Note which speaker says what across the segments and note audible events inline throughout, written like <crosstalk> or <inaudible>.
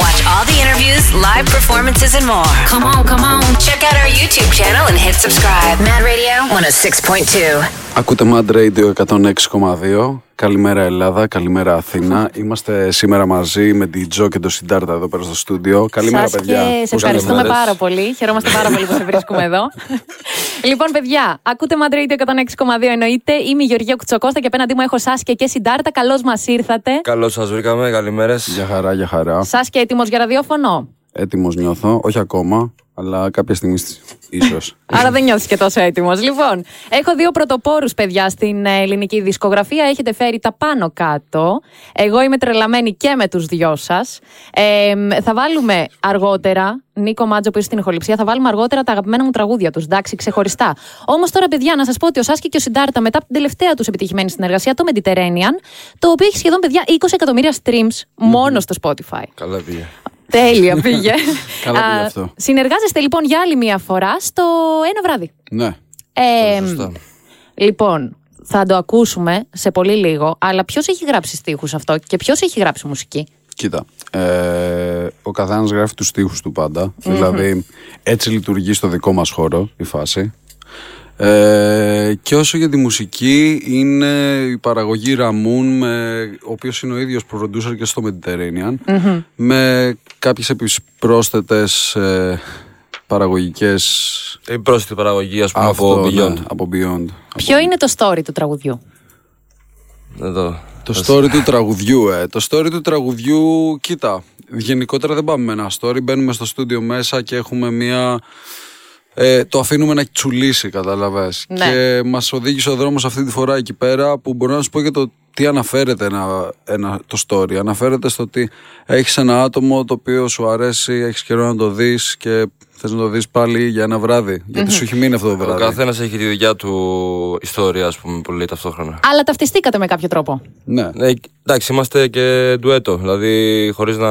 Speaker 1: Watch all the interviews, live performances, and more. Come on, come on. Check out our YouTube channel and hit subscribe. Mad Radio 106.2.
Speaker 2: Ακούτε Mad Radio 106,2. Καλημέρα Ελλάδα, καλημέρα Αθήνα. Είμαστε σήμερα μαζί με την Τζο και τον Συντάρτα εδώ πέρα στο στούντιο. Καλημέρα,
Speaker 3: Σας
Speaker 2: παιδιά.
Speaker 3: Και σε
Speaker 2: Πώς
Speaker 3: ευχαριστούμε
Speaker 2: καλημέρες.
Speaker 3: πάρα πολύ. Χαιρόμαστε πάρα πολύ που σε βρίσκουμε
Speaker 2: <laughs>
Speaker 3: εδώ. λοιπόν, παιδιά, ακούτε Mad Radio 106,2 εννοείται. Είμαι η Γεωργία Κουτσοκώστα και απέναντί μου έχω Σάσκε και Συντάρτα. Καλώς μας ήρθατε.
Speaker 4: Καλώς σας βρήκαμε, καλημέρες.
Speaker 2: Για χαρά, για χαρά.
Speaker 3: Σάσκε, έτοιμος για ραδιόφωνο.
Speaker 2: Έτοιμος νιώθω. Όχι ακόμα, αλλά κάποια στιγμή ίσως.
Speaker 3: <laughs> Άρα δεν νιώθεις και τόσο έτοιμος. Λοιπόν, έχω δύο πρωτοπόρους παιδιά στην ε, ελληνική δισκογραφία. Έχετε φέρει τα πάνω κάτω. Εγώ είμαι τρελαμένη και με τους δυο σας. Ε, μ, θα βάλουμε αργότερα, Νίκο Μάτζο που είσαι στην ηχοληψία, θα βάλουμε αργότερα τα αγαπημένα μου τραγούδια τους. Εντάξει, ξεχωριστά. Όμως τώρα, παιδιά, να σας πω ότι ο Σάσκη και ο Συντάρτα μετά από την τελευταία τους επιτυχημένη συνεργασία, το Mediterranean, το οποίο έχει σχεδόν παιδιά 20 εκατομμύρια streams μόνο στο Spotify.
Speaker 4: Καλά πήγε.
Speaker 3: Τέλεια πήγε.
Speaker 2: <laughs> Καλά πήγε
Speaker 3: Α,
Speaker 2: αυτό.
Speaker 3: Συνεργάζεστε λοιπόν για άλλη μία φορά στο ένα βράδυ.
Speaker 2: ναι.
Speaker 3: Ε,
Speaker 4: Σωστά.
Speaker 3: λοιπόν, θα το ακούσουμε σε πολύ λίγο, αλλά ποιος έχει γράψει στίχους αυτό και ποιος έχει γράψει μουσική.
Speaker 2: Κοίτα, ε, ο καθένας γράφει τους στίχους του παντα Δηλαδή, έτσι λειτουργεί στο δικό μας χώρο η φάση. Ε, και όσο για τη μουσική, είναι η παραγωγή Ραμούν, με, ο οποίος είναι ο ίδιος producer και στο Mediterranean, με κάποιες επιπρόσθετες ε, παραγωγικές
Speaker 4: Η πρόσθετη παραγωγή, ας πούμε, από
Speaker 2: ναι.
Speaker 4: Beyond.
Speaker 2: από Beyond.
Speaker 3: Ποιο είναι το story του τραγουδιού.
Speaker 4: Εδώ.
Speaker 2: Το story του τραγουδιού, ε. Το story του τραγουδιού, κοίτα. Γενικότερα δεν πάμε με ένα story. Μπαίνουμε στο στούντιο μέσα και έχουμε μία. Ε, το αφήνουμε να τσουλήσει, κατάλαβε.
Speaker 3: Ναι.
Speaker 2: Και μας οδήγησε ο δρόμος αυτή τη φορά εκεί πέρα που μπορώ να σου πω για το τι αναφέρεται ένα, ένα, το story. Αναφέρεται στο ότι έχεις ένα άτομο το οποίο σου αρέσει, έχεις καιρό να το δεις και θες να το δεις πάλι για ένα βράδυ. Γιατί σου έχει μείνει αυτό το
Speaker 4: Ο
Speaker 2: βράδυ.
Speaker 4: καθένας έχει τη δικιά του ιστορία, ας πούμε, που λέει ταυτόχρονα.
Speaker 3: Αλλά ταυτιστήκατε με κάποιο τρόπο.
Speaker 2: Ναι.
Speaker 4: Ναι, εντάξει, είμαστε και ντουέτο. Δηλαδή, χωρίς να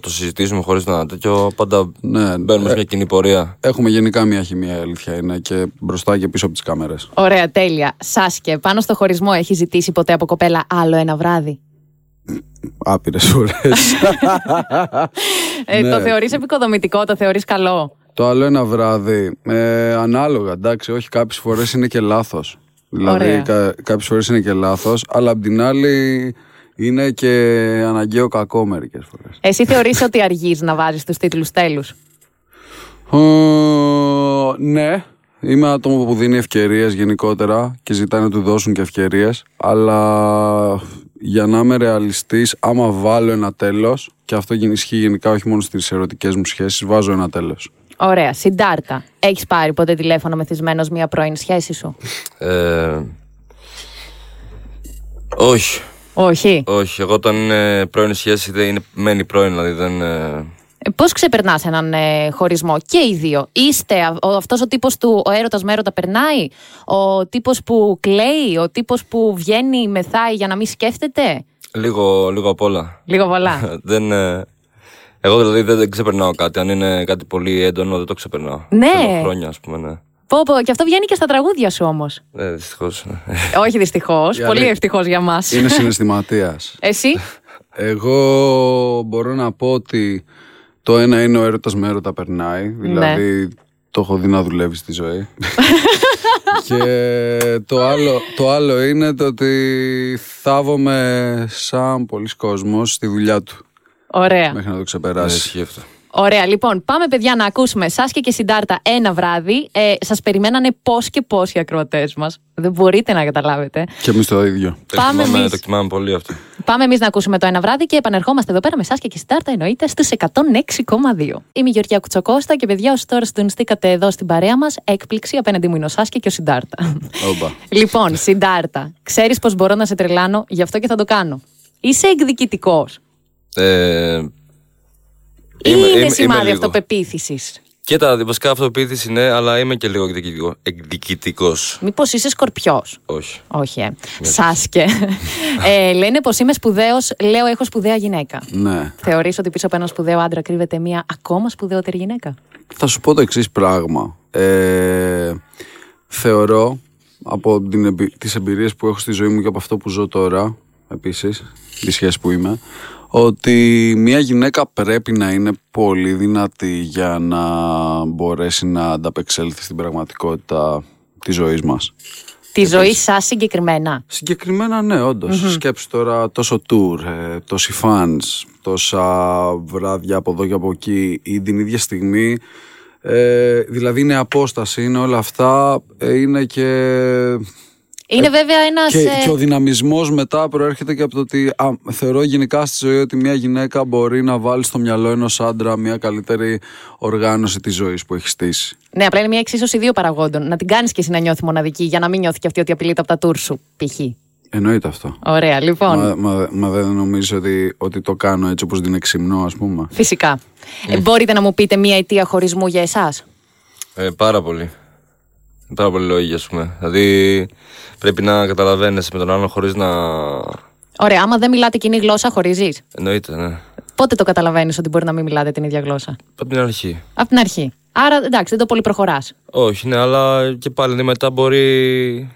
Speaker 4: το συζητήσουμε, χωρίς να τέτοιο, πάντα
Speaker 2: Ναι.
Speaker 4: μπαίνουμε σε μια κοινή πορεία.
Speaker 2: Έχουμε γενικά μία χημία, η αλήθεια είναι, και μπροστά και πίσω από τις κάμερες.
Speaker 3: Ωραία, τέλεια. Σάσκε, πάνω στο χωρισμό έχει ζητήσει ποτέ από κοπέλα άλλο ένα βράδυ.
Speaker 2: Άπειρες φορές.
Speaker 3: Ε, Το θεωρείς επικοδομητικό, το θεωρείς καλό.
Speaker 2: <laughs> το άλλο ένα βράδυ. Ε, ανάλογα, εντάξει, όχι, κάποιες φορές είναι και λάθος. Δηλαδή,
Speaker 3: Ωραία.
Speaker 2: κα, κάποιες φορές είναι και λάθος, αλλά απ' την άλλη είναι και αναγκαίο κακό μερικές φορές.
Speaker 3: Εσύ θεωρείς ότι αργείς να βάζεις τους τίτλους τέλους.
Speaker 2: ναι, είμαι άτομο που δίνει ευκαιρίες γενικότερα και ζητάει να του δώσουν και ευκαιρίες. Αλλά για να είμαι ρεαλιστής, άμα βάλω ένα τέλος, και αυτό ισχύει γενικά όχι μόνο στις ερωτικές μου σχέσεις, βάζω ένα τέλος.
Speaker 3: Ωραία, συντάρτα. Έχεις πάρει ποτέ τηλέφωνο μεθυσμένος μία πρώην σχέση σου.
Speaker 4: Ε, όχι,
Speaker 3: Όχι.
Speaker 4: όχι. Εγώ όταν είναι πρώην σχέση, δεν είναι, μένει πρώην, δηλαδή δεν. ε,
Speaker 3: Πώς ξεπερνάς έναν ε, χωρισμό και οι δύο. Είστε αυτός ο τύπος του ο έρωτας με έρωτα περνάει, ο τύπος που κλαίει, ο τύπος που βγαίνει μεθάει για να μην σκέφτεται.
Speaker 4: λίγο, λίγο απ' όλα.
Speaker 3: Λίγο
Speaker 4: <laughs>
Speaker 3: πολλά.
Speaker 4: δεν, ε, εγώ δηλαδή δεν, δεν ξεπερνάω κάτι. Αν είναι κάτι πολύ έντονο, δεν το ξεπερνάω.
Speaker 3: Ναι.
Speaker 4: Θέλω χρόνια, ας πούμε, ναι.
Speaker 3: πω, πω, και αυτό βγαίνει και στα τραγούδια σου όμως.
Speaker 4: Ε, Δυστυχώς. Ναι.
Speaker 3: Όχι δυστυχώς. πολύ
Speaker 2: αλή-
Speaker 3: ευτυχώς για μας.
Speaker 2: Είναι συναισθηματίας.
Speaker 3: Εσύ.
Speaker 2: Εγώ μπορώ να πω ότι το ένα είναι ο έρωτας με έρωτα περνάει. Δηλαδή το έχω δει να δουλεύει στη ζωή. και το άλλο, το άλλο είναι το ότι θάβομαι σαν πολλοί κόσμος στη δουλειά του
Speaker 3: Ωραία.
Speaker 2: μέχρι να το
Speaker 4: Δεν
Speaker 2: ξεπεράσει.
Speaker 4: <laughs> ισχύει αυτό.
Speaker 3: Ωραία, λοιπόν, πάμε παιδιά να ακούσουμε Σάσκε και Συντάρτα ένα βράδυ. Ε, Σας περιμένανε πώς και πώς οι ακροατές μας. Δεν μπορείτε να καταλάβετε.
Speaker 2: και εμείς το ίδιο.
Speaker 4: Το
Speaker 3: Πάμε
Speaker 4: εκτιμάμε-
Speaker 3: εμείς.
Speaker 4: Το εκτιμάμε πολύ αυτό.
Speaker 3: Πάμε εμείς να ακούσουμε το ένα βράδυ και επανερχόμαστε εδώ πέρα με εσά και στη Στάρτα εννοείται στους 106,2. Είμαι η Γεωργία Κουτσοκώστα και παιδιά, όσοι τώρα συντονιστήκατε εδώ στην παρέα μας, έκπληξη απέναντι μου είναι ο Σάσκε και ο Συντάρτα.
Speaker 2: Όπα.
Speaker 3: <laughs> λοιπόν, Συντάρτα, ξέρεις πω μπορώ να σε τρελάνω, γι' αυτό και θα το κάνω. Είσαι εκδικητικός.
Speaker 4: Ε,
Speaker 3: Ή
Speaker 4: είμαι-
Speaker 3: είναι
Speaker 4: είμαι- είμαι
Speaker 3: σημάδι
Speaker 4: λίγο.
Speaker 3: αυτοπεποίθησης.
Speaker 4: Κοίτα, βασικά αυτοποίθηση ναι, αλλά είμαι και λίγο εκδικητικό.
Speaker 3: Μήπως είσαι σκορπιός.
Speaker 4: Όχι.
Speaker 3: Όχι, ε. Σάσκε. ε, λένε πως είμαι σπουδαίος. Λέω έχω σπουδαία γυναίκα.
Speaker 2: Ναι.
Speaker 3: Θεωρείς ότι πίσω από ένα σπουδαίο άντρα κρύβεται μία ακόμα σπουδαιότερη γυναίκα.
Speaker 2: Θα σου πω το εξής πράγμα. Ε, θεωρώ από την, εμπει- τις εμπειρίες που έχω στη ζωή μου και από αυτό που ζω τώρα, επίσης, τη σχέση που είμαι, ότι μια γυναίκα πρέπει να είναι πολύ δυνατή για να μπορέσει να ανταπεξέλθει στην πραγματικότητα της ζωής μας.
Speaker 3: Τη ζωή σας συγκεκριμένα.
Speaker 2: Συγκεκριμένα ναι, όντως. Σκέψου τώρα τόσο tour, ε, τόσοι fans, τόσα βράδια από εδώ και από εκεί ή την ίδια στιγμή. Ε, δηλαδή είναι απόσταση, είναι όλα αυτά, ε, είναι και
Speaker 3: Είναι βέβαια ε, ένας.
Speaker 2: και, και ο δυναμισμός μετά προέρχεται και από το ότι α, θεωρώ γενικά στη ζωή ότι μια γυναίκα μπορεί να βάλει στο μυαλό ενός άντρα μια καλύτερη οργάνωση της ζωής που έχει στήσει.
Speaker 3: Ναι, απλά είναι μια εξίσωση δύο παραγόντων. Να την κάνεις και εσύ να νιώθει μοναδική, για να μην νιώθει και αυτή ότι απειλείται από τα τουρ σου, π.χ.
Speaker 2: Εννοείται αυτό.
Speaker 3: Ωραία, λοιπόν.
Speaker 2: Μα, μα, μα δεν νομίζω ότι, ότι το κάνω έτσι όπως την εξυμνώ, ας πούμε.
Speaker 3: Φυσικά. Ε, μπορείτε να μου πείτε μία αιτία χωρισμού για εσάς.
Speaker 4: Ε, πάρα πολύ. Πάρα πολύ λόγοι, ας πούμε. Δηλαδή πρέπει να καταλαβαίνεσαι με τον άλλον χωρίς να.
Speaker 3: Ωραία, άμα δεν μιλάτε κοινή γλώσσα, χωρίζεις.
Speaker 4: Εννοείται, ναι.
Speaker 3: Πότε το καταλαβαίνεις ότι μπορεί να μην μιλάτε την ίδια γλώσσα.
Speaker 4: Από την αρχή.
Speaker 3: Από την αρχή. Άρα εντάξει, δεν το πολύ προχωράς.
Speaker 4: Όχι, ναι, αλλά και πάλι ναι, μετά μπορεί.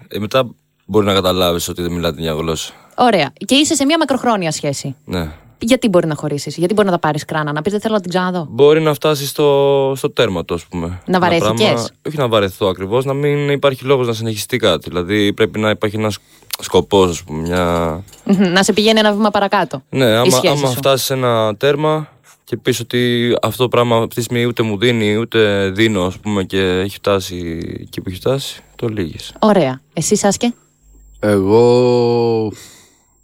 Speaker 4: ε, μετά μπορεί να καταλάβεις ότι δεν μιλάτε μια γλώσσα.
Speaker 3: Ωραία. Και είσαι σε μία μακροχρόνια σχέση.
Speaker 4: Ναι.
Speaker 3: Γιατί μπορεί να χωρίσεις, γιατί μπορεί να τα πάρεις κράνα, να πεις Δεν θέλω να την ξαναδώ.
Speaker 4: Μπορεί να φτάσει στο, στο τέρμα του, ας πούμε. Ένα
Speaker 3: βαρεθηκές.
Speaker 4: πράγμα- Όχι να βαρεθώ ακριβώς, να μην υπάρχει λόγος να συνεχιστεί κάτι. Δηλαδή πρέπει να υπάρχει ένας σκοπός, ας πούμε. Μια...
Speaker 3: Μμμ, να σε πηγαίνει ένα βήμα παρακάτω.
Speaker 4: Ναι,
Speaker 3: η
Speaker 4: άμα,
Speaker 3: σχέση
Speaker 4: άμα
Speaker 3: σου.
Speaker 4: φτάσεις σε ένα τέρμα και πεις ότι αυτό το πράγμα αυτή τη στιγμή ούτε μου δίνει, ούτε δίνω, ας πούμε, και έχει φτάσει εκεί που έχει φτάσει, το λύγεις.
Speaker 3: Ωραία. Εσύ, Σάσκε.
Speaker 2: Εγώ.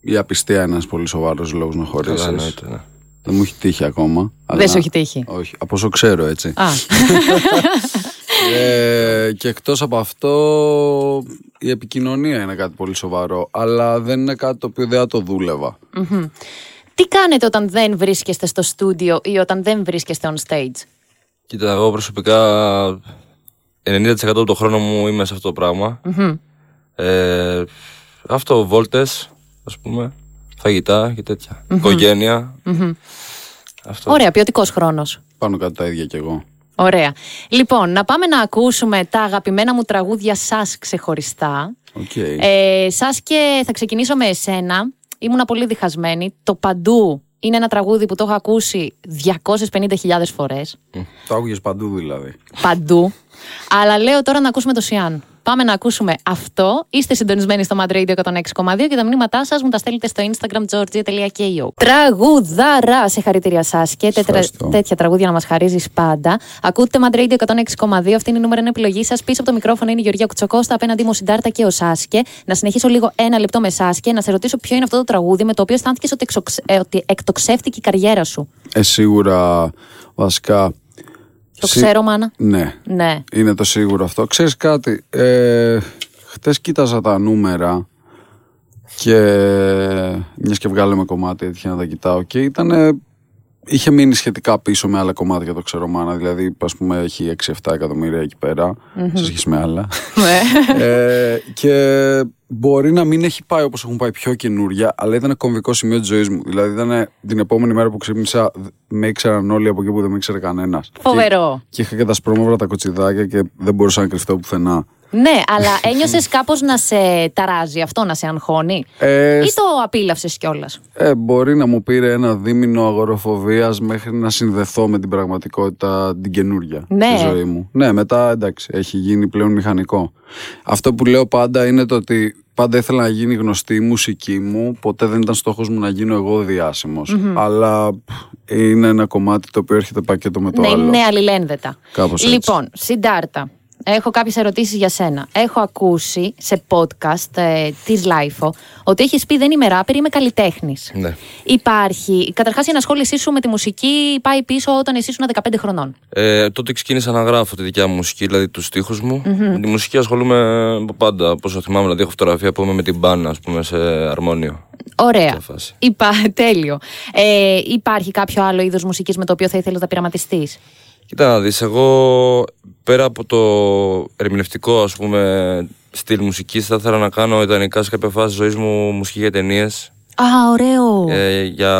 Speaker 2: Η απιστία είναι ένας πολύ σοβαρός λόγος να χωρίσεις.
Speaker 4: εννοείται. Ναι.
Speaker 2: Δεν μου έχει τύχει ακόμα. αλλά-
Speaker 3: Δεν σου έχει τύχει.
Speaker 2: Όχι, από όσο ξέρω έτσι.
Speaker 3: Α,
Speaker 2: Ε, και εκτός από αυτό η επικοινωνία είναι κάτι πολύ σοβαρό αλλά δεν είναι κάτι το οποίο δεν θα το δουλευα
Speaker 3: τι κάνετε όταν δεν βρίσκεστε στο στούντιο ή όταν δεν βρίσκεστε on stage.
Speaker 4: Κοίτα, εγώ προσωπικά 90% από τον χρόνο μου είμαι σε αυτό το πραγμα Ε, αυτό, βόλτες, ας πούμε, φαγητά και τετοια οικογενεια Αυτό.
Speaker 3: Ωραία, ποιοτικός χρόνος.
Speaker 2: πάνω κάτω τα ίδια κι εγώ
Speaker 3: Ωραία. Λοιπόν, να πάμε να ακούσουμε τα αγαπημένα μου τραγούδια σας ξεχωριστά.
Speaker 2: Οκ.
Speaker 3: Ε, σας και θα ξεκινήσω με εσένα. Ήμουνα πολύ διχασμένη. Το Παντού είναι ένα τραγούδι που το έχω ακούσει 250.000 φορές.
Speaker 2: το άκουγες παντού δηλαδή
Speaker 3: Παντού. Αλλά λέω τώρα να ακούσουμε το Σιάν. Πάμε να ακούσουμε αυτό. Είστε συντονισμένοι στο Mad Radio 106,2 και τα μηνύματά σας μου τα στέλνετε στο Instagram georgia.ko. Τραγουδάρα! Σε χαρακτήρια σας και τέτρα-
Speaker 2: Ευχαριστώ.
Speaker 3: τέτοια τραγούδια να μας χαρίζεις πάντα. Ακούτε Mad Radio 106,2. Αυτή είναι η νούμερο 1 επιλογή σας. Πίσω από το μικρόφωνο είναι η Γεωργία Κουτσοκώστα. Απέναντί μου ο Συντάρτα και ο Σάσκε. Να συνεχίσω λίγο ένα λεπτό με Σάσκε. Να σε ρωτήσω ποιο είναι αυτό το τραγούδι με το οποίο αισθάνθηκες ότι, εξοξε- ε, ότι εκτοξεύτηκε η καριέρα σου.
Speaker 2: ε, σίγουρα βασικά
Speaker 3: Το
Speaker 2: Σι-
Speaker 3: ξέρω, μάνα.
Speaker 2: ναι
Speaker 3: Ναι.
Speaker 2: Είναι το σίγουρο αυτό. Ξέρεις κάτι, ε, χτες κοίταζα τα νούμερα και μιας και βγάλαμε κομμάτι έτσι να τα κοιτάω και ήταν, είχε μείνει σχετικά πίσω με άλλα κομμάτια το Ξερομάνα, δηλαδή ας πούμε έχει 6-7 εκατομμύρια εκεί πέρα, σε σχέση με άλλα. ε, και μπορεί να μην έχει πάει όπως έχουν πάει πιο καινούρια, αλλά ήταν κομβικό σημείο της ζωής μου. Δηλαδή ήταν την επόμενη μέρα που ξύπνησα, με ήξεραν όλοι από εκεί που δεν με ήξερε κανένας. Και-
Speaker 3: Φοβερό.
Speaker 2: και είχα και τα σπρώμαυρα τα κοτσιδάκια και δεν μπορούσα να κρυφτώ πουθενά.
Speaker 3: Ναι,
Speaker 2: <laughs>
Speaker 3: αλλά ένιωσες κάπως να σε ταράζει αυτό, να σε αγχώνει.
Speaker 2: Ε,
Speaker 3: Ή το απίλαυσε κιόλας.
Speaker 2: ε, μπορεί να μου πήρε ένα δίμηνο αγοροφοβίας μέχρι να συνδεθώ με την πραγματικότητα την καινούρια
Speaker 3: Ναι.
Speaker 2: στη ζωή μου. Ναι, μετά εντάξει, έχει γίνει πλέον μηχανικό. Αυτό που λέω πάντα είναι το ότι πάντα ήθελα να γίνει γνωστή η μουσική μου. Ποτέ δεν ήταν στόχος μου να γίνω εγώ διάσημος. Αλλά π, είναι ένα κομμάτι το οποίο έρχεται πακέτο με το
Speaker 3: Ναι,
Speaker 2: άλλο.
Speaker 3: είναι αλληλένδετα.
Speaker 2: Κάπως έτσι.
Speaker 3: λοιπόν, Συντάρτα, έχω κάποιες ερωτήσεις για σένα. Έχω ακούσει σε podcast ε, της Λάιφο ότι έχεις πει Δεν είμαι ράπερ, είμαι καλλιτέχνης.
Speaker 4: Ναι.
Speaker 3: Υπάρχει. Καταρχάς, η ενασχόλησή σου με τη μουσική πάει πίσω όταν εσύ ήσουν 15 χρονών.
Speaker 4: Ε, τότε ξεκίνησα να γράφω τη δικιά μου μουσική, δηλαδή τους στίχους μου. Με τη μουσική ασχολούμαι από πάντα. Πόσο θυμάμαι, δηλαδή έχω φωτογραφία που είμαι με την μπάνα, ας πούμε, σε αρμόνιο.
Speaker 3: Ωραία.
Speaker 4: Ποια φάση.
Speaker 3: Υπά... <laughs> Τέλειο. Ε, υπάρχει κάποιο άλλο είδος μουσικής με το οποίο θα ήθελες να πειραματιστείς.
Speaker 4: Κοίτα να δεις, εγώ πέρα από το ερμηνευτικό ας πούμε στυλ μουσικής θα ήθελα να κάνω ιδανικά σε κάποια φάση ζωής μου μουσική για ταινίες,
Speaker 3: Α, ωραίο.
Speaker 4: ε, για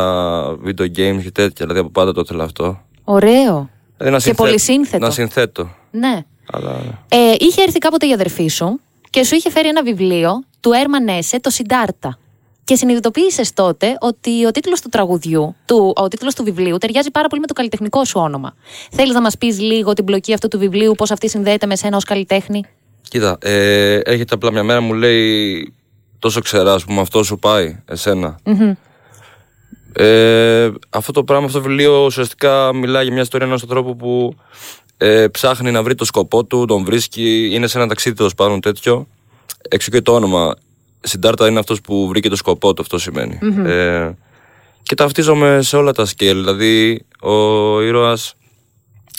Speaker 4: video games και τέτοια, δηλαδή από πάντα το ήθελα αυτό.
Speaker 3: Ωραίο.
Speaker 4: Δηλαδή, να
Speaker 3: Και πολυσύνθετο.
Speaker 4: Να συνθέτω.
Speaker 3: Ναι.
Speaker 4: Αλλά
Speaker 3: Ε, είχε έρθει κάποτε η αδερφή σου και σου είχε φέρει ένα βιβλίο του Έρμαν Έσε, το Συντάρτα. Και συνειδητοποίησες τότε ότι ο τίτλος του τραγουδιού, του, ο τίτλος του βιβλίου, ταιριάζει πάρα πολύ με το καλλιτεχνικό σου όνομα. Θέλεις να μας πεις λίγο την πλοκή αυτού του βιβλίου, πώς αυτή συνδέεται με σένα ως καλλιτέχνη.
Speaker 4: Κοίτα, ε, έρχεται απλά μια μέρα μου λέει τόσο ξερά, ας πούμε, αυτό σου πάει, εσένα». Ε, αυτό το πράγμα, αυτό το βιβλίο ουσιαστικά μιλάει για μια ιστορία ενός ανθρώπου που ε, ψάχνει να βρει το σκοπό του, τον βρίσκει, είναι σε ένα ταξίδι τέλος πάντων τέτοιο. Εξού και το όνομα. Συντάρτα είναι αυτός που βρήκε το σκοπό του, αυτό σημαίνει. Ε, και ταυτίζομαι σε όλα τα σκέλη. Δηλαδή, ο ήρωας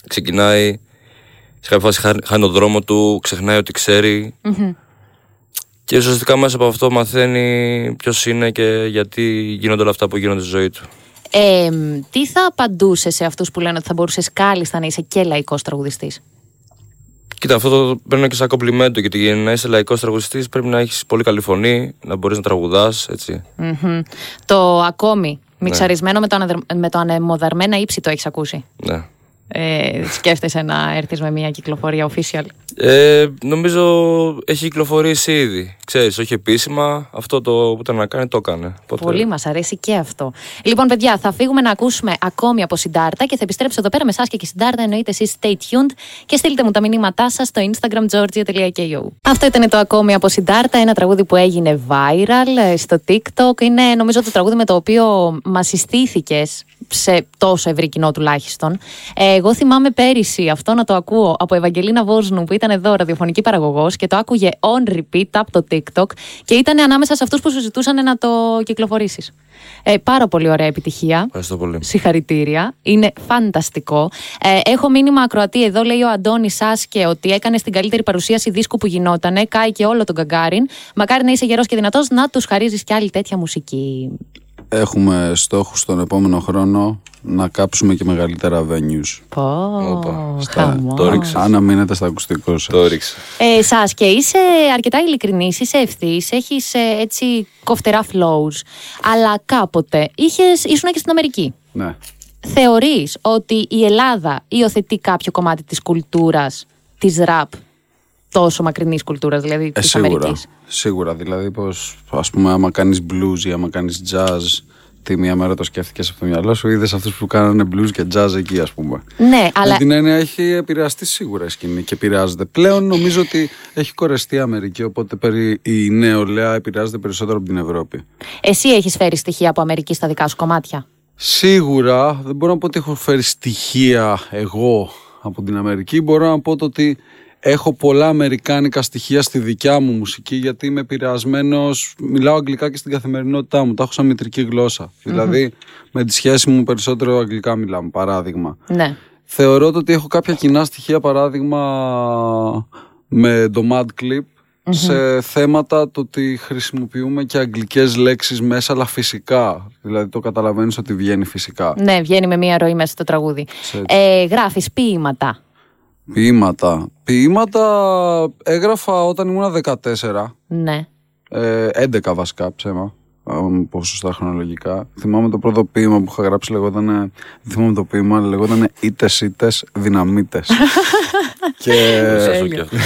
Speaker 4: ξεκινάει, σε κάποια φάση χάνει- χάνει τον δρόμο του, ξεχνάει ότι ξέρει. Και ουσιαστικά μέσα από αυτό μαθαίνει ποιος είναι και γιατί γίνονται όλα αυτά που γίνονται στη ζωή του.
Speaker 3: Ε, τι θα απαντούσε σε αυτούς που λένε ότι θα μπορούσες κάλλιστα να είσαι και λαϊκός τραγουδιστής.
Speaker 4: Κοίτα, αυτό το παίρνω και σαν κομπλιμέντο, γιατί για να είσαι λαϊκός τραγουδιστής πρέπει να έχεις πολύ καλή φωνή, να μπορείς να τραγουδάς, έτσι.
Speaker 3: Το ακόμη μιξαρισμένο με, το αναδερ- με το ανεμοδαρμένα ύψη το έχεις ακούσει.
Speaker 4: Ναι.
Speaker 3: Ε, σκέφτεσαι να έρθεις με μια κυκλοφορία official.
Speaker 4: Ε, νομίζω έχει κυκλοφορήσει ήδη. Ξέρεις, όχι επίσημα. Αυτό το που ήταν να κάνει το έκανε. Οπότε-
Speaker 3: Πολύ μας αρέσει και αυτό. Λοιπόν, παιδιά, θα φύγουμε να ακούσουμε ακόμη από Συντάρτα και θα επιστρέψω εδώ πέρα με εσάς και και Συντάρτα. Εννοείται εσείς stay tuned και στείλτε μου τα μηνύματά σας στο Instagram georgia.ko. Αυτό ήταν το ακόμη από Συντάρτα, ένα τραγούδι που έγινε viral ε, στο TikTok. Είναι νομίζω το τραγούδι με το οποίο μας συστήθηκες σε τόσο ευρύ κοινό τουλάχιστον. Ε, εγώ θυμάμαι πέρυσι αυτό να το ακούω από Ευαγγελίνα Βόσνου που ήταν εδώ ραδιοφωνική παραγωγός και το άκουγε on repeat από το TikTok και ήταν ανάμεσα σε αυτούς που σου ζητούσαν να το κυκλοφορήσεις. Ε, πάρα πολύ ωραία επιτυχία.
Speaker 4: Ευχαριστώ πολύ.
Speaker 3: Συγχαρητήρια. Είναι φανταστικό. Ε, έχω μήνυμα ακροατή. Εδώ λέει ο Αντώνη Σάσκε ότι έκανε την καλύτερη παρουσίαση δίσκου που γινότανε. Κάει και όλο τον Καγκάριν. Μακάρι να είσαι γερός και δυνατός να τους χαρίζεις κι άλλη τέτοια μουσική.
Speaker 2: Έχουμε στόχους τον επόμενο χρόνο να κάψουμε και μεγαλύτερα venues. Ε,
Speaker 3: Πω.
Speaker 4: Όπα,
Speaker 3: χαμός.
Speaker 4: Το ρίξε.
Speaker 2: Αν μείνετε στα ακουστικό σας.
Speaker 4: Το ρίξε.
Speaker 3: Ε, σας και είσαι αρκετά ειλικρινής, είσαι ευθύς, έχεις ε, έτσι κοφτερά flows, αλλά κάποτε είχες, ήσουν και στην Αμερική.
Speaker 2: Ναι.
Speaker 3: Θεωρείς ότι η Ελλάδα υιοθετεί κάποιο κομμάτι της κουλτούρας, της ραπ, τόσο μακρινής κουλτούρας δηλαδή
Speaker 2: Ε,
Speaker 3: της
Speaker 2: σίγουρα.
Speaker 3: Αμερικής.
Speaker 2: Σίγουρα. Δηλαδή, πως ας πούμε, άμα κάνεις blues ή άμα κάνεις jazz, τη μία μέρα το σκέφτηκες από το μυαλό σου, είδες αυτούς που κάνανε blues και jazz εκεί, ας πούμε.
Speaker 3: Ναι,
Speaker 2: Με
Speaker 3: αλλά
Speaker 2: την έννοια έχει επηρεαστεί σίγουρα η σκηνή και επηρεάζεται. Πλέον νομίζω ότι έχει κορεστεί η Αμερική, οπότε περί- η νεολαία επηρεάζεται περισσότερο από την Ευρώπη.
Speaker 3: εσύ έχεις φέρει στοιχεία από Αμερική στα δικά σου κομμάτια.
Speaker 2: Σίγουρα δεν μπορώ να πω ότι έχω φέρει στοιχεία εγώ από την Αμερική. Μπορώ να πω το ότι έχω πολλά αμερικάνικα στοιχεία στη δικιά μου μουσική γιατί είμαι επηρεασμένος. Μιλάω αγγλικά και στην καθημερινότητά μου. Τα έχω σαν μητρική γλώσσα. Δηλαδή με τη σχέση μου περισσότερο αγγλικά μιλάμε, παράδειγμα.
Speaker 3: Ναι.
Speaker 2: Θεωρώ το ότι έχω κάποια κοινά στοιχεία, παράδειγμα με το Mad Clip, σε θέματα το ότι χρησιμοποιούμε και αγγλικές λέξεις μέσα, αλλά φυσικά. Δηλαδή το καταλαβαίνεις ότι βγαίνει φυσικά.
Speaker 3: ναι, βγαίνει με μία ροή μέσα στο τραγούδι. Ε, γράφεις ποίηματα.
Speaker 2: Ποίηματα. Ποίηματα έγραφα όταν ήμουν 14,
Speaker 3: Ναι.
Speaker 2: ε, 11 βασικά ψέμα. αν πω σωστά χρονολογικά. Θυμάμαι το πρώτο ποίημα που είχα γράψει λεγόταν. Δεν θυμάμαι το ποίημα, αλλά λεγόταν Ήτες, Ήτες, Δυναμίτες. και
Speaker 4: Ευχαριστώ και αυτό.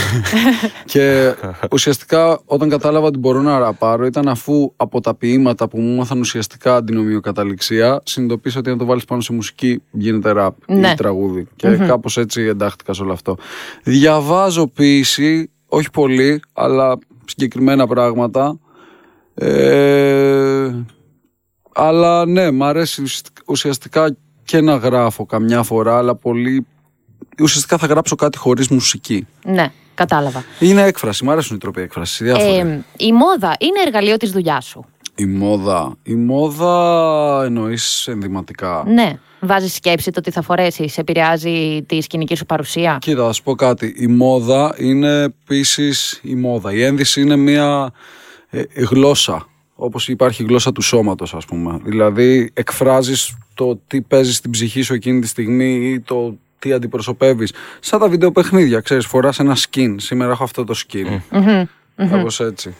Speaker 2: Και ουσιαστικά όταν κατάλαβα ότι μπορώ να ραπάρω ήταν αφού από τα ποίηματα που μου έμαθαν ουσιαστικά την ομοιοκαταληξία συνειδητοποίησα ότι αν το βάλεις πάνω σε μουσική γίνεται ραπ
Speaker 3: Ναι.
Speaker 2: ή τραγούδι. Και κάπως έτσι εντάχθηκα σε όλο αυτό. Διαβάζω ποίηση, όχι πολύ, αλλά συγκεκριμένα πράγματα. Ε, αλλά ναι, μ' αρέσει ουσιαστικ- ουσιαστικά και να γράφω καμιά φορά, αλλά πολύ... Ουσιαστικά θα γράψω κάτι χωρίς μουσική.
Speaker 3: Ναι, κατάλαβα.
Speaker 2: Είναι έκφραση. Μ' αρέσουν οι τρόποι έκφρασης. Διάφοροι.
Speaker 3: Ε, η μόδα είναι εργαλείο της δουλειάς σου.
Speaker 2: Η μόδα. Η μόδα εννοείς ενδυματικά.
Speaker 3: Ναι. Βάζεις σκέψη το τι θα φορέσεις, επηρεάζει τη σκηνική σου παρουσία.
Speaker 2: Κοίτα, θα σου πω κάτι. Η μόδα είναι επίσης η μόδα. Η ένδυση είναι μια ε, γλώσσα. Όπως υπάρχει η γλώσσα του σώματος, ας πούμε. Δηλαδή, εκφράζεις το τι παίζεις στην ψυχή σου εκείνη τη στιγμή ή το τι αντιπροσωπεύεις. Σαν τα βιντεοπαιχνίδια, ξέρεις, φοράς ένα skin. Σήμερα έχω αυτό το skin. Κάπως έτσι.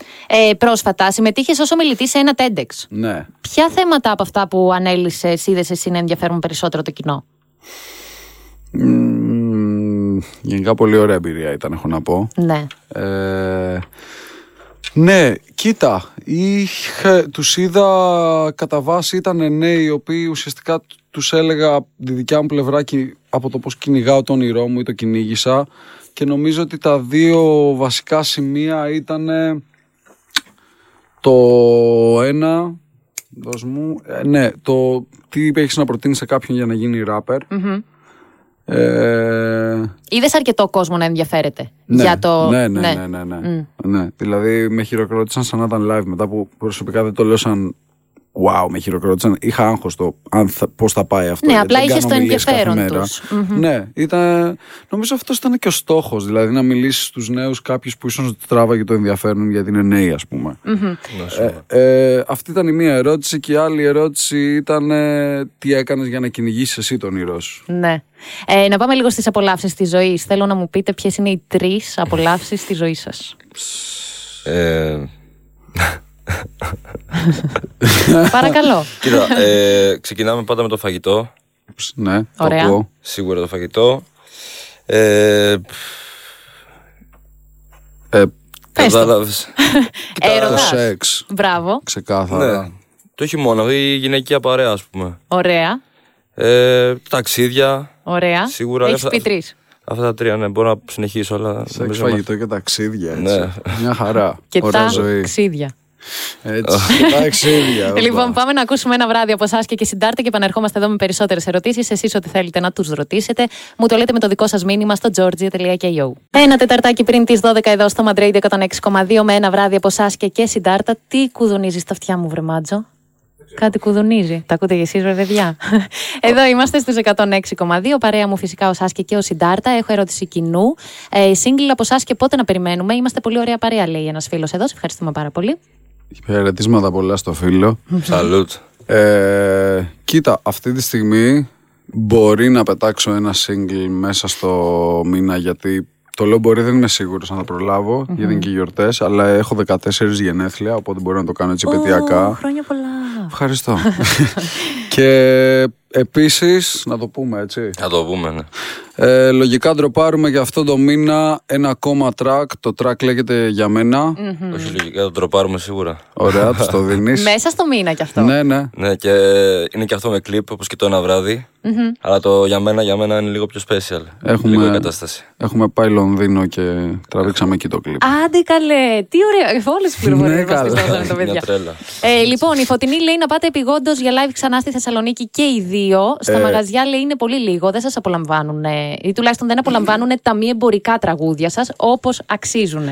Speaker 3: Ε, πρόσφατα συμμετείχες ως ομιλητής σε ένα TEDx.
Speaker 2: Ναι.
Speaker 3: Ποια θέματα από αυτά που ανέλησες είδες εσύ να ενδιαφέρουν περισσότερο το κοινό.
Speaker 2: Μμμ, γενικά πολύ ωραία εμπειρία ήταν, έχω να πω.
Speaker 3: Ναι.
Speaker 2: Ε, Ναι, κοίτα, είχε, τους είδα κατά βάση ήταν νέοι οι οποίοι ουσιαστικά τους έλεγα από τη δικιά μου πλευρά κι- από το πώς κυνηγάω το όνειρό μου ή το κυνήγησα και νομίζω ότι τα δύο βασικά σημεία ήταν το ένα, δώσ' μου, ε, ναι, το τι έχεις να προτείνεις σε κάποιον για να γίνει rapper. Ε,
Speaker 3: Είδες αρκετό κόσμο να ενδιαφέρεται
Speaker 2: ναι,
Speaker 3: για το. Mm.
Speaker 2: Ναι, ναι, ναι. ναι, ναι. ναι. Δηλαδή με χειροκρότησαν σαν να ήταν live μετά που προσωπικά δεν το λέω σαν. Wow, με χειροκρότησαν. Είχα άγχος το αν θα, πώς θα πάει αυτό.
Speaker 3: Ναι,
Speaker 2: γιατί
Speaker 3: απλά
Speaker 2: δεν
Speaker 3: είχες
Speaker 2: κάνω
Speaker 3: το
Speaker 2: ομιλίες κάθε
Speaker 3: ενδιαφέρον
Speaker 2: μέρα.
Speaker 3: τους. Mm-hmm.
Speaker 2: Ναι, ήταν, νομίζω αυτό ήταν και ο στόχος. Δηλαδή να μιλήσεις στους νέους κάποιους που ίσως του τράβαγε το ενδιαφέρον γιατί είναι νέοι, ας πουμε
Speaker 3: Mm-hmm.
Speaker 2: Ε, ε, αυτή ήταν η μία ερώτηση και η άλλη ερώτηση ήταν ε, τι έκανες για να κυνηγήσεις εσύ τον ήρω σου.
Speaker 3: Ναι. Ε, να πάμε λίγο στις απολαύσεις της ζωής. Θέλω να μου πείτε ποιες είναι οι τρεις απολαύσεις της ζωής σας. <laughs>
Speaker 4: Ε,
Speaker 3: Παρακαλώ.
Speaker 4: κοίτα, ε, ξεκινάμε πάντα με το φαγητό.
Speaker 2: Ναι, το
Speaker 3: Ωραία.
Speaker 2: ακούω.
Speaker 4: Σίγουρα το φαγητό. Ε,
Speaker 2: Ε,
Speaker 4: κατάλαβες.
Speaker 3: Ε,
Speaker 2: το
Speaker 3: ρωτάς.
Speaker 2: σεξ,
Speaker 3: Μπράβο.
Speaker 2: ξεκάθαρα.
Speaker 4: ναι. Το χειμώνα, η γυναικεία παρέα, ας πούμε.
Speaker 3: Ωραία.
Speaker 4: Ε, ταξίδια.
Speaker 3: Ωραία.
Speaker 4: Σίγουρα
Speaker 3: Έχεις
Speaker 4: έφτα-
Speaker 3: πει τρεις.
Speaker 4: Αυτά τα τρία, ναι, μπορώ να συνεχίσω, αλλά.
Speaker 2: Σεξ,
Speaker 4: νομίζω να-
Speaker 2: φαγητό και ταξίδια. Έτσι.
Speaker 4: Ναι.
Speaker 2: Μια χαρά.
Speaker 3: Και
Speaker 2: Ωραία
Speaker 3: τα
Speaker 2: ζωή.
Speaker 3: ξύδια.
Speaker 4: <laughs>
Speaker 2: Έτσι. και ταξίδια. Ε, όπα.
Speaker 3: Λοιπόν, πάμε να ακούσουμε ένα βράδυ από εσάς και και συντάρτε και επανερχόμαστε εδώ με περισσότερες ερωτήσεις. Εσείς ό,τι θέλετε να τους ρωτήσετε, μου το λέτε με το δικό σας μήνυμα στο georgia.io. Ένα τεταρτάκι πριν τις 12 εδώ στο Madrid 106,2 με ένα βράδυ από εσάς και και συντάρτα. Τι κουδουνίζει στα αυτιά μου, βρεμάτζο. Κάτι κουδουνίζει. Τα ακούτε κι εσείς, ρε παιδιά. <laughs> Εδώ είμαστε στους 106,2. Παρέα μου φυσικά ο Σάσκε και ο Συντάρτα. Έχω ερώτηση κοινού. Ε, σύγκλι από εσάς και πότε να περιμένουμε. Είμαστε πολύ ωραία παρέα, λέει ένας φίλος εδώ. Σε ευχαριστούμε πάρα πολύ.
Speaker 2: Χαιρετίσματα πολλά στο φίλο.
Speaker 4: Σαλούτ.
Speaker 2: Ε, κοίτα, αυτή τη στιγμή μπορεί να πετάξω ένα single μέσα στο μήνα γιατί το λέω μπορεί, δεν είμαι σίγουρος αν θα προλαβω γιατί είναι και γιορτές, αλλά έχω 14 γενέθλια, οπότε μπορώ να το κάνω έτσι επαιτειακά.
Speaker 3: Χρόνια πολλά. <laughs>
Speaker 2: Ευχαριστώ. και επίσης, να το πούμε έτσι,
Speaker 4: Θα το πούμε, ναι.
Speaker 2: Ε, λογικά ντροπάρουμε για αυτό το μήνα ένα ακόμα track. Το track λέγεται για μενα
Speaker 4: Όχι λογικά, θα το τροπάρουμε σίγουρα.
Speaker 2: Ωραία, του
Speaker 3: <laughs>
Speaker 2: το δίνεις.
Speaker 3: Μέσα στο μήνα κι αυτό.
Speaker 2: ναι, ναι.
Speaker 4: Ναι, και είναι και αυτό με κλιπ, όπως και το ένα βράδυ. Αλλά το για μένα, για μένα είναι λίγο πιο special.
Speaker 2: Έχουμε-
Speaker 4: Λίγο η κατάσταση.
Speaker 2: Έχουμε πάει Λονδίνο και τραβήξαμε εκεί το κλιπ.
Speaker 3: Άντε καλέ, τι ωραία. Όλε τι πληροφορίες
Speaker 2: Ναι,
Speaker 3: μας τις
Speaker 2: καλά.
Speaker 3: δώσανε τα
Speaker 4: Μια
Speaker 3: παιδιά.
Speaker 4: τρέλα.
Speaker 3: Ε, λοιπόν, η Φωτεινή λέει να πάτε επιγόντως για live ξανά στη Θεσσαλονίκη και οι δύο.
Speaker 2: Ε.
Speaker 3: Στα μαγαζιά λέει είναι πολύ λίγο, δεν σας απολαμβάνουν. ε, ή τουλάχιστον δεν απολαμβάνουν τα μη εμπορικά τραγούδια σας όπως αξίζουν.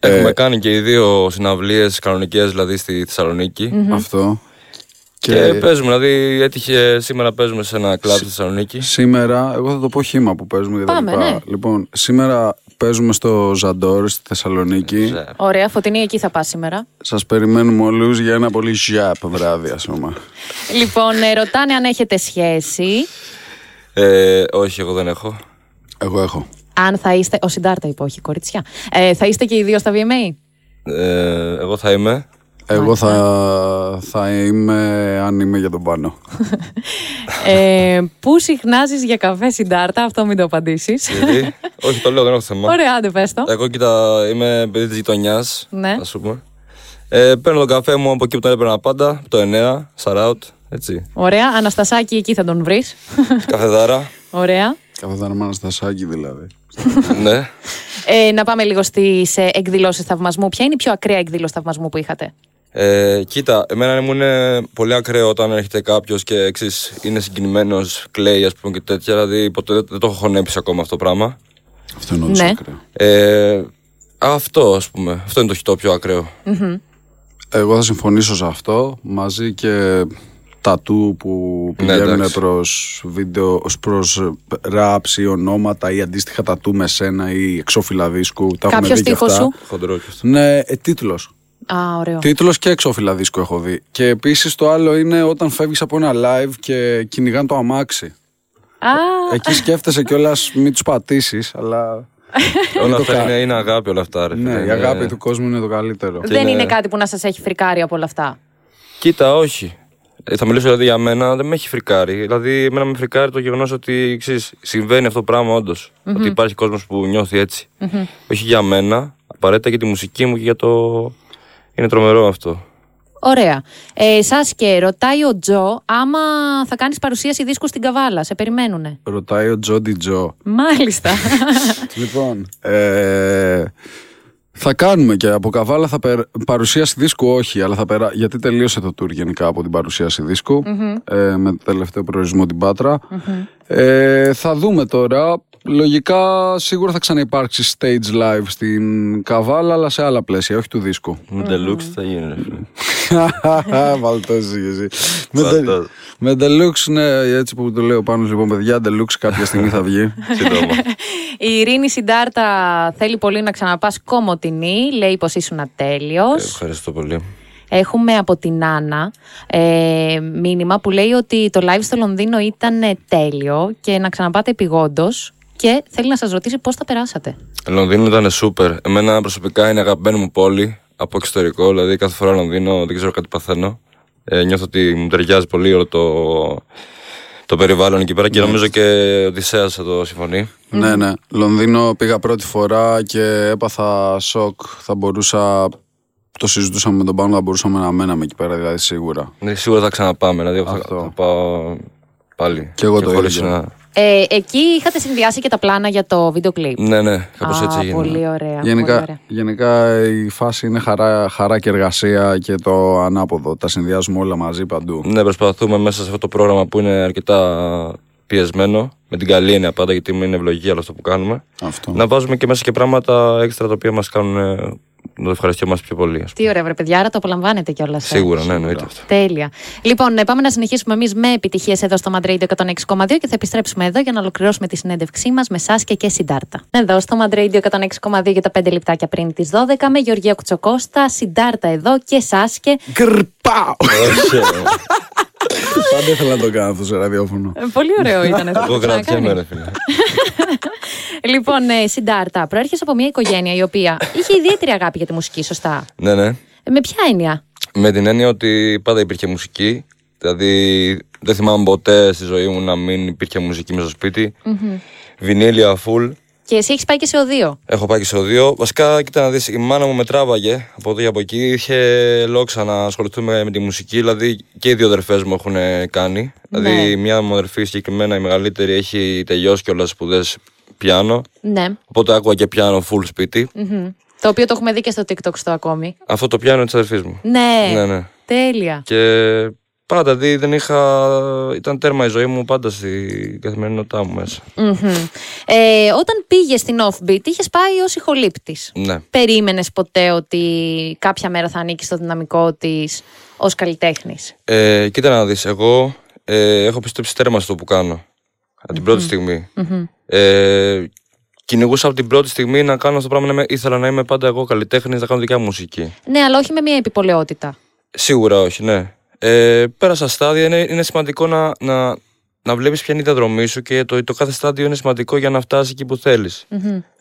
Speaker 4: Έχουμε κάνει και οι δύο συναυλίες κανονικές, δηλαδή στη θεσσαλονικη
Speaker 2: Αυτό.
Speaker 4: Και... παίζουμε, δηλαδή έτυχε σήμερα παίζουμε σε ένα κλαμπ στη Θεσσαλονίκη.
Speaker 2: Σήμερα, εγώ θα το πω χήμα που παίζουμε για τα
Speaker 3: Πάμε,
Speaker 2: λοιπά.
Speaker 3: ναι.
Speaker 2: Λοιπόν, σήμερα παίζουμε στο Ζαντόρ στη Θεσσαλονίκη.
Speaker 4: Ζαπ.
Speaker 3: Ωραία, Φωτεινή, εκεί θα πας σήμερα.
Speaker 2: Σας περιμένουμε όλους για ένα πολύ ζιάπ βράδυ, ας πούμε.
Speaker 3: λοιπόν, ε, ρωτάνε αν έχετε σχέση.
Speaker 4: Ε, όχι, εγώ δεν έχω.
Speaker 2: Εγώ έχω.
Speaker 3: Αν θα είστε. Ο Συντάρτα είπε, όχι, κοριτσιά. Ε, θα είστε και οι δύο στα VMA.
Speaker 4: Ε, εγώ θα είμαι.
Speaker 2: Εγώ θα, θα είμαι αν είμαι για τον πάνω.
Speaker 3: ε, πού συχνάζεις για καφέ, Συντάρτα, αυτό μην το απαντήσεις.
Speaker 4: <laughs> Γιατί. όχι, το λέω, δεν έχω θέμα.
Speaker 3: Ωραία, άντε πες το.
Speaker 4: Εγώ κοίτα, είμαι παιδί της γειτονιάς.
Speaker 3: Ναι.
Speaker 4: Ας πούμε. Ε, παίρνω τον καφέ μου από εκεί που τον έπαιρνα πάντα, το 9, shout out, έτσι.
Speaker 3: Ωραία, Αναστασάκη εκεί θα τον βρεις. <laughs>
Speaker 4: Καφεδάρα,
Speaker 3: Ωραία.
Speaker 2: Καθόταν ένα στασάκι δηλαδή.
Speaker 4: ναι.
Speaker 3: Ε, να πάμε λίγο στις ε, εκδηλώσεις θαυμασμού. Ποια είναι η πιο ακραία εκδήλωση θαυμασμού που είχατε.
Speaker 4: Ε, κοίτα, εμένα μου είναι πολύ ακραίο όταν έρχεται κάποιος και εξής είναι συγκινημένος, κλαίει, ας πούμε και τέτοια. Δηλαδή, ποτέ δεν- δεν το έχω χωνέψει ακόμα αυτό το πράγμα.
Speaker 2: Αυτό είναι όντως
Speaker 3: Ναι.
Speaker 2: ακραίο.
Speaker 4: Ε, αυτό, ας πούμε. Αυτό είναι το χιτό πιο ακραίο.
Speaker 2: Εγώ θα συμφωνήσω σε αυτό μαζί και τα του που
Speaker 4: Ναι,
Speaker 2: πηγαίνουν
Speaker 4: εντάξει.
Speaker 2: προς βίντεο, ως προς ράψ ή ονόματα ή αντίστοιχα τα του με σένα ή εξώφυλλα δίσκου. Τα έχουμε
Speaker 3: Κάποιος
Speaker 2: δει και
Speaker 3: στίχος
Speaker 2: αυτά.
Speaker 3: σου.
Speaker 4: Χοντρό και αυτό.
Speaker 2: Ναι, ε, τίτλος.
Speaker 3: Α, ωραίο.
Speaker 2: Τίτλος και εξώφυλλα δίσκου έχω δει. Και επίσης το άλλο είναι όταν φεύγεις από ένα live και κυνηγάνε το αμάξι.
Speaker 3: Α,
Speaker 2: Εκεί σκέφτεσαι κιόλας μην τους πατήσεις, αλλά...
Speaker 4: <laughs> όλα
Speaker 2: το
Speaker 4: αυτά
Speaker 2: κα-
Speaker 4: είναι, είναι αγάπη όλα αυτά, ρε. φίλε,
Speaker 2: Ναι, η
Speaker 4: είναι-
Speaker 2: αγάπη του κόσμου είναι το καλύτερο.
Speaker 3: δεν
Speaker 4: είναι-
Speaker 3: είναι κάτι που να σας έχει φρικάρει από όλα αυτά.
Speaker 4: Κοίτα, όχι. Ε, θα μιλήσω δηλαδή για μένα, δεν με έχει φρικάρει. Δηλαδή, εμένα με φρικάρει το γεγονός ότι ξέρεις, συμβαίνει αυτό το πράγμα όντως. Ότι υπάρχει κόσμος που νιώθει έτσι. Όχι για μένα, απαραίτητα για τη μουσική μου και για το. Είναι τρομερό αυτό.
Speaker 3: Ωραία. Ε, σας και ρωτάει ο Τζο άμα θα κάνεις παρουσίαση δίσκου στην Καβάλα. Σε περιμένουνε.
Speaker 2: Ρωτάει ο Τζόντι Τζο.
Speaker 3: Μάλιστα.
Speaker 2: Λοιπόν, ε, θα κάνουμε και από καβάλα θα περ... παρουσίαση δίσκου όχι, αλλά θα περά... γιατί τελείωσε το tour γενικά από την παρουσίαση δίσκου, ε, με τελευταίο προορισμό την πατρα Ε, θα δούμε τώρα, λογικά σίγουρα θα ξαναυπάρξει stage live στην καβάλα, αλλά σε άλλα πλαίσια, όχι του δίσκου.
Speaker 4: Με deluxe τι θα γίνει. ρε φίλε.
Speaker 2: Βαλτός είχε εσύ. Με
Speaker 4: Βαλτός.
Speaker 2: τε- Με deluxe, ναι, έτσι που το λέω πάνω λοιπόν, παιδιά, deluxe κάποια στιγμή θα βγει.
Speaker 4: Σύντομα. <laughs>
Speaker 3: Η Ειρήνη Συντάρτα θέλει πολύ να ξαναπάς κομμωτινή. Λέει πως ήσουν τέλειος.
Speaker 4: Ευχαριστώ πολύ.
Speaker 3: Έχουμε από την Άννα ε, μήνυμα που λέει ότι το live στο Λονδίνο ήταν ε, τέλειο και να ξαναπάτε επιγόντως και θέλει να σας ρωτήσει πώς τα περάσατε.
Speaker 4: Λονδίνο ήταν σούπερ. Εμένα προσωπικά είναι αγαπημένη μου πόλη από εξωτερικό. Δηλαδή κάθε φορά Λονδίνο δεν ξέρω κάτι παθαίνω. Ε, νιώθω ότι μου ταιριάζει πολύ όλο το, το περιβάλλον εκεί πέρα και νομίζω και ο Οδυσσέας θα το συμφωνεί.
Speaker 2: Ναι, ναι. Λονδίνο πήγα πρώτη φορά και έπαθα σοκ. Θα μπορούσα. Το συζητούσαμε με τον πάνω, θα μπορούσαμε να μέναμε εκεί πέρα, δηλαδή σίγουρα.
Speaker 4: Ναι, σίγουρα θα ξαναπάμε. Δηλαδή θα,
Speaker 2: Αυτό.
Speaker 4: θα πάω πάλι.
Speaker 2: Κι εγώ το
Speaker 4: χωρίς
Speaker 2: ίδιο.
Speaker 4: να-
Speaker 3: Ε, εκεί είχατε συνδυάσει και τα πλάνα για το βίντεο κλιπ.
Speaker 4: Ναι, ναι, κάπως
Speaker 3: Α,
Speaker 4: έτσι έγινε.
Speaker 3: Πολύ ωραία. πολύ
Speaker 2: Γενικά,
Speaker 3: ωραία.
Speaker 2: γενικά η φάση είναι χαρά, χαρά και εργασία και το ανάποδο. Τα συνδυάζουμε όλα μαζί παντού.
Speaker 4: Ναι, προσπαθούμε μέσα σε αυτό το πρόγραμμα που είναι αρκετά πιεσμένο, με την καλή έννοια πάντα, γιατί είναι ευλογία όλο αυτό που κάνουμε.
Speaker 2: Αυτό.
Speaker 4: Να βάζουμε και μέσα και πράγματα έξτρα τα οποία μας κάνουν ε, να το ευχαριστιόμαστε πιο πολύ. ας πούμε.
Speaker 3: Τι ωραία, βρε παιδιά, άρα το απολαμβάνετε ε. κιόλα.
Speaker 4: Σίγουρα, ναι, εννοείται αυτό.
Speaker 3: Τέλεια. Λοιπόν, ε, πάμε να συνεχίσουμε εμείς με επιτυχίες εδώ στο Mad Radio 106,2 και θα επιστρέψουμε εδώ για να ολοκληρώσουμε τη συνέντευξή μας με Σάσκε και Συντάρτα. Εδώ στο Mad Radio 106,2 για τα 5 λεπτάκια πριν τις 12 με Γεωργία Κουτσοκώστα, Συντάρτα εδώ και Σάσκε.
Speaker 2: Κρπάω!
Speaker 4: ε,
Speaker 2: Πάντα ήθελα να το κάνω αυτό σε ραδιόφωνο.
Speaker 3: Ε, Πολύ
Speaker 4: <laughs>
Speaker 3: ωραίο ήταν αυτό.
Speaker 4: Εγώ κρατιέμαι, ρε φίλε.
Speaker 3: Λοιπόν, ε, Συντάρτα, προέρχεσαι από μια οικογένεια η οποία είχε ιδιαίτερη αγάπη για τη μουσική, σωστά.
Speaker 4: ναι, ναι.
Speaker 3: Ε, Με ποια έννοια.
Speaker 4: Με την έννοια ότι πάντα υπήρχε μουσική. Δηλαδή, δεν θυμάμαι ποτέ στη ζωή μου να μην υπήρχε μουσική μέσα στο σπιτι Βινίλια, full.
Speaker 3: Και εσύ έχεις πάει και σε οδείο.
Speaker 4: Έχω πάει και στο δύο. Βασικά, κοίτα να δεις, η μάνα μου με τράβαγε από εδώ και από εκεί. Είχε λόξα να ασχοληθούμε με τη μουσική. Δηλαδή, και οι δύο αδερφές μου έχουν ε, κάνει.
Speaker 3: Ναι.
Speaker 4: Δηλαδή, μια μου αδερφή συγκεκριμένα, η μεγαλύτερη, έχει τελειώσει κιόλας σπουδές πιάνο.
Speaker 3: Ναι.
Speaker 4: Οπότε άκουγα και πιάνο full σπιτι
Speaker 3: Μμμ. Το οποίο το έχουμε δει και στο TikTok στο ακόμη.
Speaker 4: Αυτό το πιάνο της αδερφής μου.
Speaker 3: Ναι.
Speaker 4: Ναι, ναι.
Speaker 3: Τέλεια.
Speaker 4: Και πάντα, δηλαδή, δεν είχα. ήταν τέρμα η ζωή μου πάντα στην καθημερινότητά μου μέσα.
Speaker 3: Μμμ. Ε, όταν πήγες στην Offbeat, είχες πάει ως ηχολήπτης.
Speaker 4: Ναι.
Speaker 3: Περίμενες ποτέ ότι κάποια μέρα θα ανήκει στο δυναμικό της ως καλλιτέχνης.
Speaker 4: Ε, κοίτα να δεις, εγώ ε, έχω πιστέψει τέρμα στο που κάνω. Από την πρώτη στιγμη Ε, κυνηγούσα από την πρώτη στιγμή να κάνω αυτό το πράγμα. Να είμαι, ήθελα να είμαι πάντα εγώ καλλιτέχνης, να κάνω δικιά μου μουσική.
Speaker 3: Ναι, αλλά όχι με μια επιπολαιότητα.
Speaker 4: Σίγουρα όχι, ναι. Ε, πέρασα στάδια, είναι, είναι σημαντικό να, να, να βλέπεις ποια είναι η διαδρομή σου και το, το κάθε στάδιο είναι σημαντικό για να φτάσεις εκεί που θελεις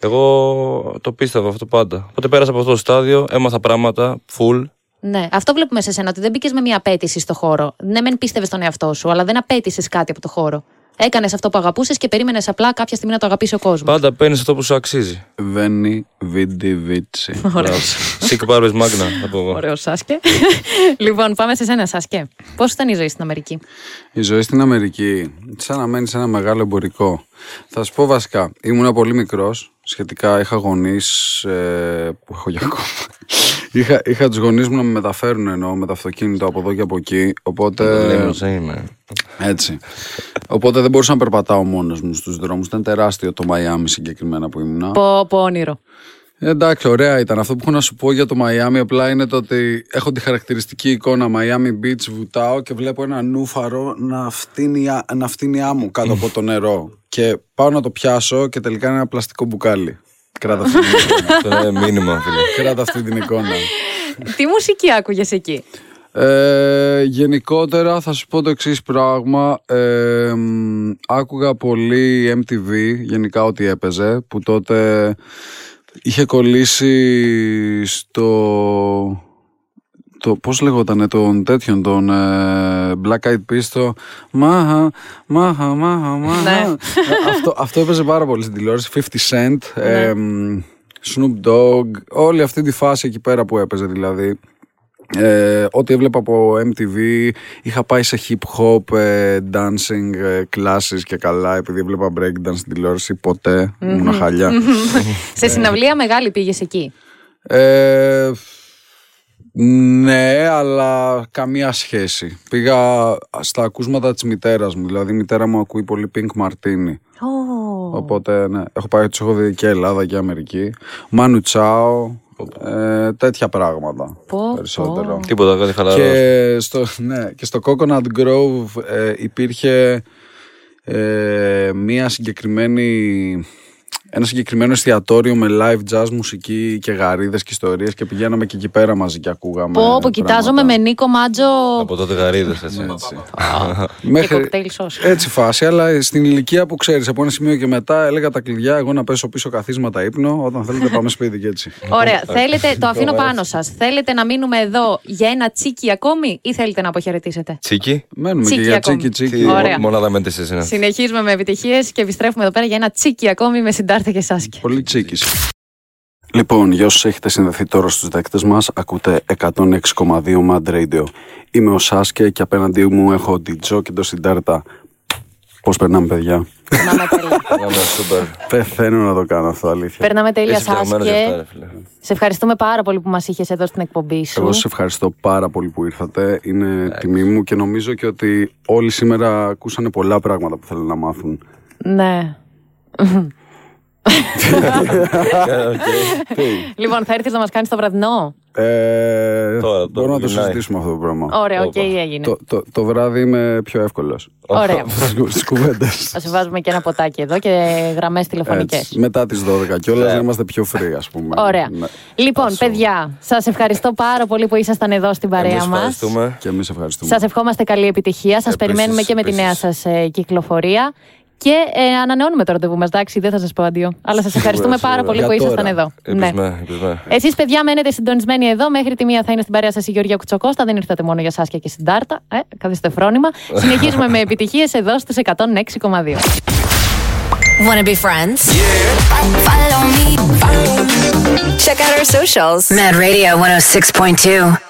Speaker 4: Εγώ το πίστευα αυτό πάντα. Οπότε πέρασα από αυτό το στάδιο, έμαθα πράγματα, full.
Speaker 3: Ναι, αυτό βλέπουμε σε σένα, ότι δεν μπήκες με μια απέτηση στο χώρο. Ναι, μεν πίστευες στον εαυτό σου, αλλά δεν απέτησες κάτι από το χώρο. Έκανες αυτό που αγαπούσες και περίμενες απλά κάποια στιγμή να το αγαπήσει ο κόσμος.
Speaker 4: Πάντα παίρνεις αυτό που σου αξίζει.
Speaker 2: Βένι Βίντι Βίτσι.
Speaker 4: Σίκ Μπάρμπες Μάγνα, θα πω εγώ.
Speaker 3: Ωραίος Σάσκε. <laughs> λοιπόν, πάμε σε σένα, Σάσκε. Πώς ήταν η ζωή στην Αμερική.
Speaker 2: Η ζωή στην Αμερική, σαν να μένει σε ένα μεγάλο εμπορικό. Θα σου πω βασικά, ήμουνα πολύ μικρός. Σχετικά είχα γονείς. Ε, που έχω για ακόμα. είχα, είχα τους γονείς μου να με μεταφέρουν εννοώ με το αυτοκίνητο από εδώ και από εκεί.
Speaker 4: Ε,
Speaker 2: Οπότε.
Speaker 4: Λιμουζίνη.
Speaker 2: Έτσι. Οπότε δεν μπορούσα να περπατάω μόνος μου στους δρόμους. Ήταν τεράστιο το Μαϊάμι συγκεκριμένα που ήμουνα.
Speaker 3: Πω, πω, όνειρο.
Speaker 2: Εντάξει, ωραία ήταν. Αυτό που έχω να σου πω για το Μαϊάμι απλά είναι το ότι έχω τη χαρακτηριστική εικόνα Μαϊάμι Beach, βουτάω και βλέπω ένα νούφαρο να φτύνει, α- να φτύνει άμμο κάτω από το νερό. και πάω να το πιάσω και τελικά είναι ένα πλαστικό μπουκάλι. Κράτα αυτή την
Speaker 4: <laughs>
Speaker 2: εικόνα.
Speaker 4: Αυτό είναι μήνυμα, φίλε.
Speaker 2: Κράτα αυτή την εικόνα.
Speaker 3: Τι μουσική άκουγες εκεί.
Speaker 2: Ε, γενικότερα θα σου πω το εξής πράγμα. Ε, μ, άκουγα πολύ MTV, γενικά ό,τι έπαιζε, που τότε είχε κολλήσει στο... Το, πώς λεγότανε των τέτοιων, των ε, Black Eyed Peas, το μάχα, μάχα, μάχα, μάχα. Ε, αυτό, αυτό έπαιζε πάρα πολύ στην τηλεόραση, 50 Cent, ε, μ, Snoop Dogg, όλη αυτή τη φάση εκεί πέρα που έπαιζε δηλαδή. Ε, ό,τι έβλεπα από MTV είχα πάει σε hip hop, ε, dancing, ε, classes και καλά επειδή έβλεπα breakdance στην τηλεόραση ποτέ, ήμουν χαλιά.
Speaker 4: Ε.
Speaker 5: Σε συναυλία μεγάλη πήγες εκεί.
Speaker 2: Ε, ναι, αλλά καμία σχέση. Πήγα στα ακούσματα της μητέρας μου, δηλαδή η μητέρα μου ακούει πολύ Pink Martini. Οπότε, ναι, έχω πάει, τους έχω δει και Ελλάδα και Αμερική. Μάνου Τσάο, ε, τέτοια πράγματα περισσότερο.
Speaker 4: Τίποτα, κάτι χαλαρός.
Speaker 2: Και στο, ναι, και στο Coconut Grove ε, υπήρχε ε, μία συγκεκριμένη, ένα συγκεκριμένο εστιατόριο με live jazz μουσική και γαρίδες και ιστορίες και πηγαίναμε και εκεί πέρα μαζί και ακούγαμε
Speaker 4: Ναι,
Speaker 3: Πω, πω,
Speaker 2: πράγματα.
Speaker 3: κοιτάζομαι με Νίκο Μάτζο
Speaker 4: Από τότε γαρίδες, έτσι.
Speaker 3: και
Speaker 2: Μέχρι-
Speaker 3: κοκτέιλ σως.
Speaker 4: ε,
Speaker 2: Έτσι φάση, αλλά στην ηλικία που ξέρεις από ένα σημείο και μετά έλεγα τα κλειδιά, εγώ να πέσω πίσω καθίσματα ύπνο, όταν θέλετε πάμε σπίτι και έτσι.
Speaker 4: ε,
Speaker 3: Ωραία. Θέλετε, το αφήνω πάνω σας. Θέλετε να μείνουμε εδώ για ένα τσίκι ακόμη ή θέλετε να αποχαιρετήσετε.
Speaker 4: Τσίκι.
Speaker 2: Μένουμε και
Speaker 3: Τσίκι
Speaker 2: για
Speaker 3: ακόμη.
Speaker 2: τσίκι τσίκι.
Speaker 4: Τι
Speaker 3: Ωραία.
Speaker 4: μονάδα με τέσσερι είναι.
Speaker 3: Συνεχίζουμε με επιτυχίες και επιστρέφουμε εδώ πέρα για ένα τσίκι ακόμη με συντάρτα και σάσκε.
Speaker 2: Πολύ τσίκης. Λοιπόν, για όσους έχετε συνδεθεί τώρα στους δέκτες μας, ακούτε 106,2 Mad Radio. Είμαι ο Σάσκε και απέναντί μου έχω την Τζο και τον Συντάρτα. Πώς περνάμε, παιδιά.
Speaker 3: Περνάμε τέλεια.
Speaker 4: Πάμε, σούπερ.
Speaker 2: Πεθαίνω να το κάνω αυτό, αλήθεια.
Speaker 3: Περνάμε τέλεια,
Speaker 4: Είσαι φτιαγμένος για αυτά,
Speaker 3: Σάσκε.
Speaker 4: ρε φίλε.
Speaker 3: Σε ευχαριστούμε πάρα πολύ που μας είχες εδώ στην εκπομπή σου.
Speaker 2: Εγώ σα ευχαριστώ πάρα πολύ που ήρθατε. Είναι τιμή μου και νομίζω και ότι όλοι σήμερα ακούσανε πολλά πράγματα που θέλουν να μάθουν.
Speaker 4: <laughs>
Speaker 3: Ναι.
Speaker 4: Ε,
Speaker 3: Λοιπόν, θα έρθεις να μας κάνεις το βραδινό.
Speaker 2: Ε,
Speaker 4: Τώρα, τώρα
Speaker 2: μπορούμε να το
Speaker 4: γυρνάει.
Speaker 2: συζητήσουμε αυτό το πράγμα.
Speaker 3: Ωραία, οκ,
Speaker 4: Όπα.
Speaker 3: έγινε.
Speaker 2: Το, το, το βράδυ είμαι πιο εύκολος. <laughs>
Speaker 3: Ωραία.
Speaker 2: Στις κουβέντες.
Speaker 3: Θα σε βάζουμε και ένα ποτάκι εδώ και γραμμές τηλεφωνικές.
Speaker 2: Έτσι, μετά τις 12 και όλα να είμαστε πιο free ας πούμε.
Speaker 3: Ωραία.
Speaker 2: Ναι.
Speaker 3: Λοιπόν, παιδιά, σας ευχαριστώ πάρα πολύ που ήσασταν εδώ στην
Speaker 4: Εμείς
Speaker 3: παρέα μας.
Speaker 4: ευχαριστούμε.
Speaker 2: Και εμείς ευχαριστούμε.
Speaker 3: Σας ευχόμαστε καλή επιτυχία. Σας
Speaker 2: Επίσης,
Speaker 3: περιμένουμε και με τη νέα
Speaker 2: επίσης.
Speaker 3: σα κυκλοφορία. Και ε, ανανεώνουμε το ραντεβού μας, εντάξει, δεν θα σας πω αντίο. Αλλά σας ευχαριστούμε
Speaker 2: σίγουρα.
Speaker 3: πάρα πολύ
Speaker 2: Για
Speaker 3: που ήσασταν
Speaker 2: τώρα.
Speaker 3: εδώ.
Speaker 4: Ελπίζουμε, ελπίζουμε.
Speaker 3: Εσείς, παιδιά, μένετε συντονισμένοι εδώ. Μέχρι τη μία θα είναι στην παρέα σας η Γεωργία Κουτσοκώστα. Δεν ήρθατε μόνο για Σάσκια και Συντάρτα. Ε, καθίστε
Speaker 2: <laughs>
Speaker 3: φρόνημα. Συνεχίζουμε με επιτυχίες εδώ στου 106,2.
Speaker 1: Wanna be friends?
Speaker 6: Follow me, follow me.
Speaker 1: oh Check out our socials. Mad Radio 106.2.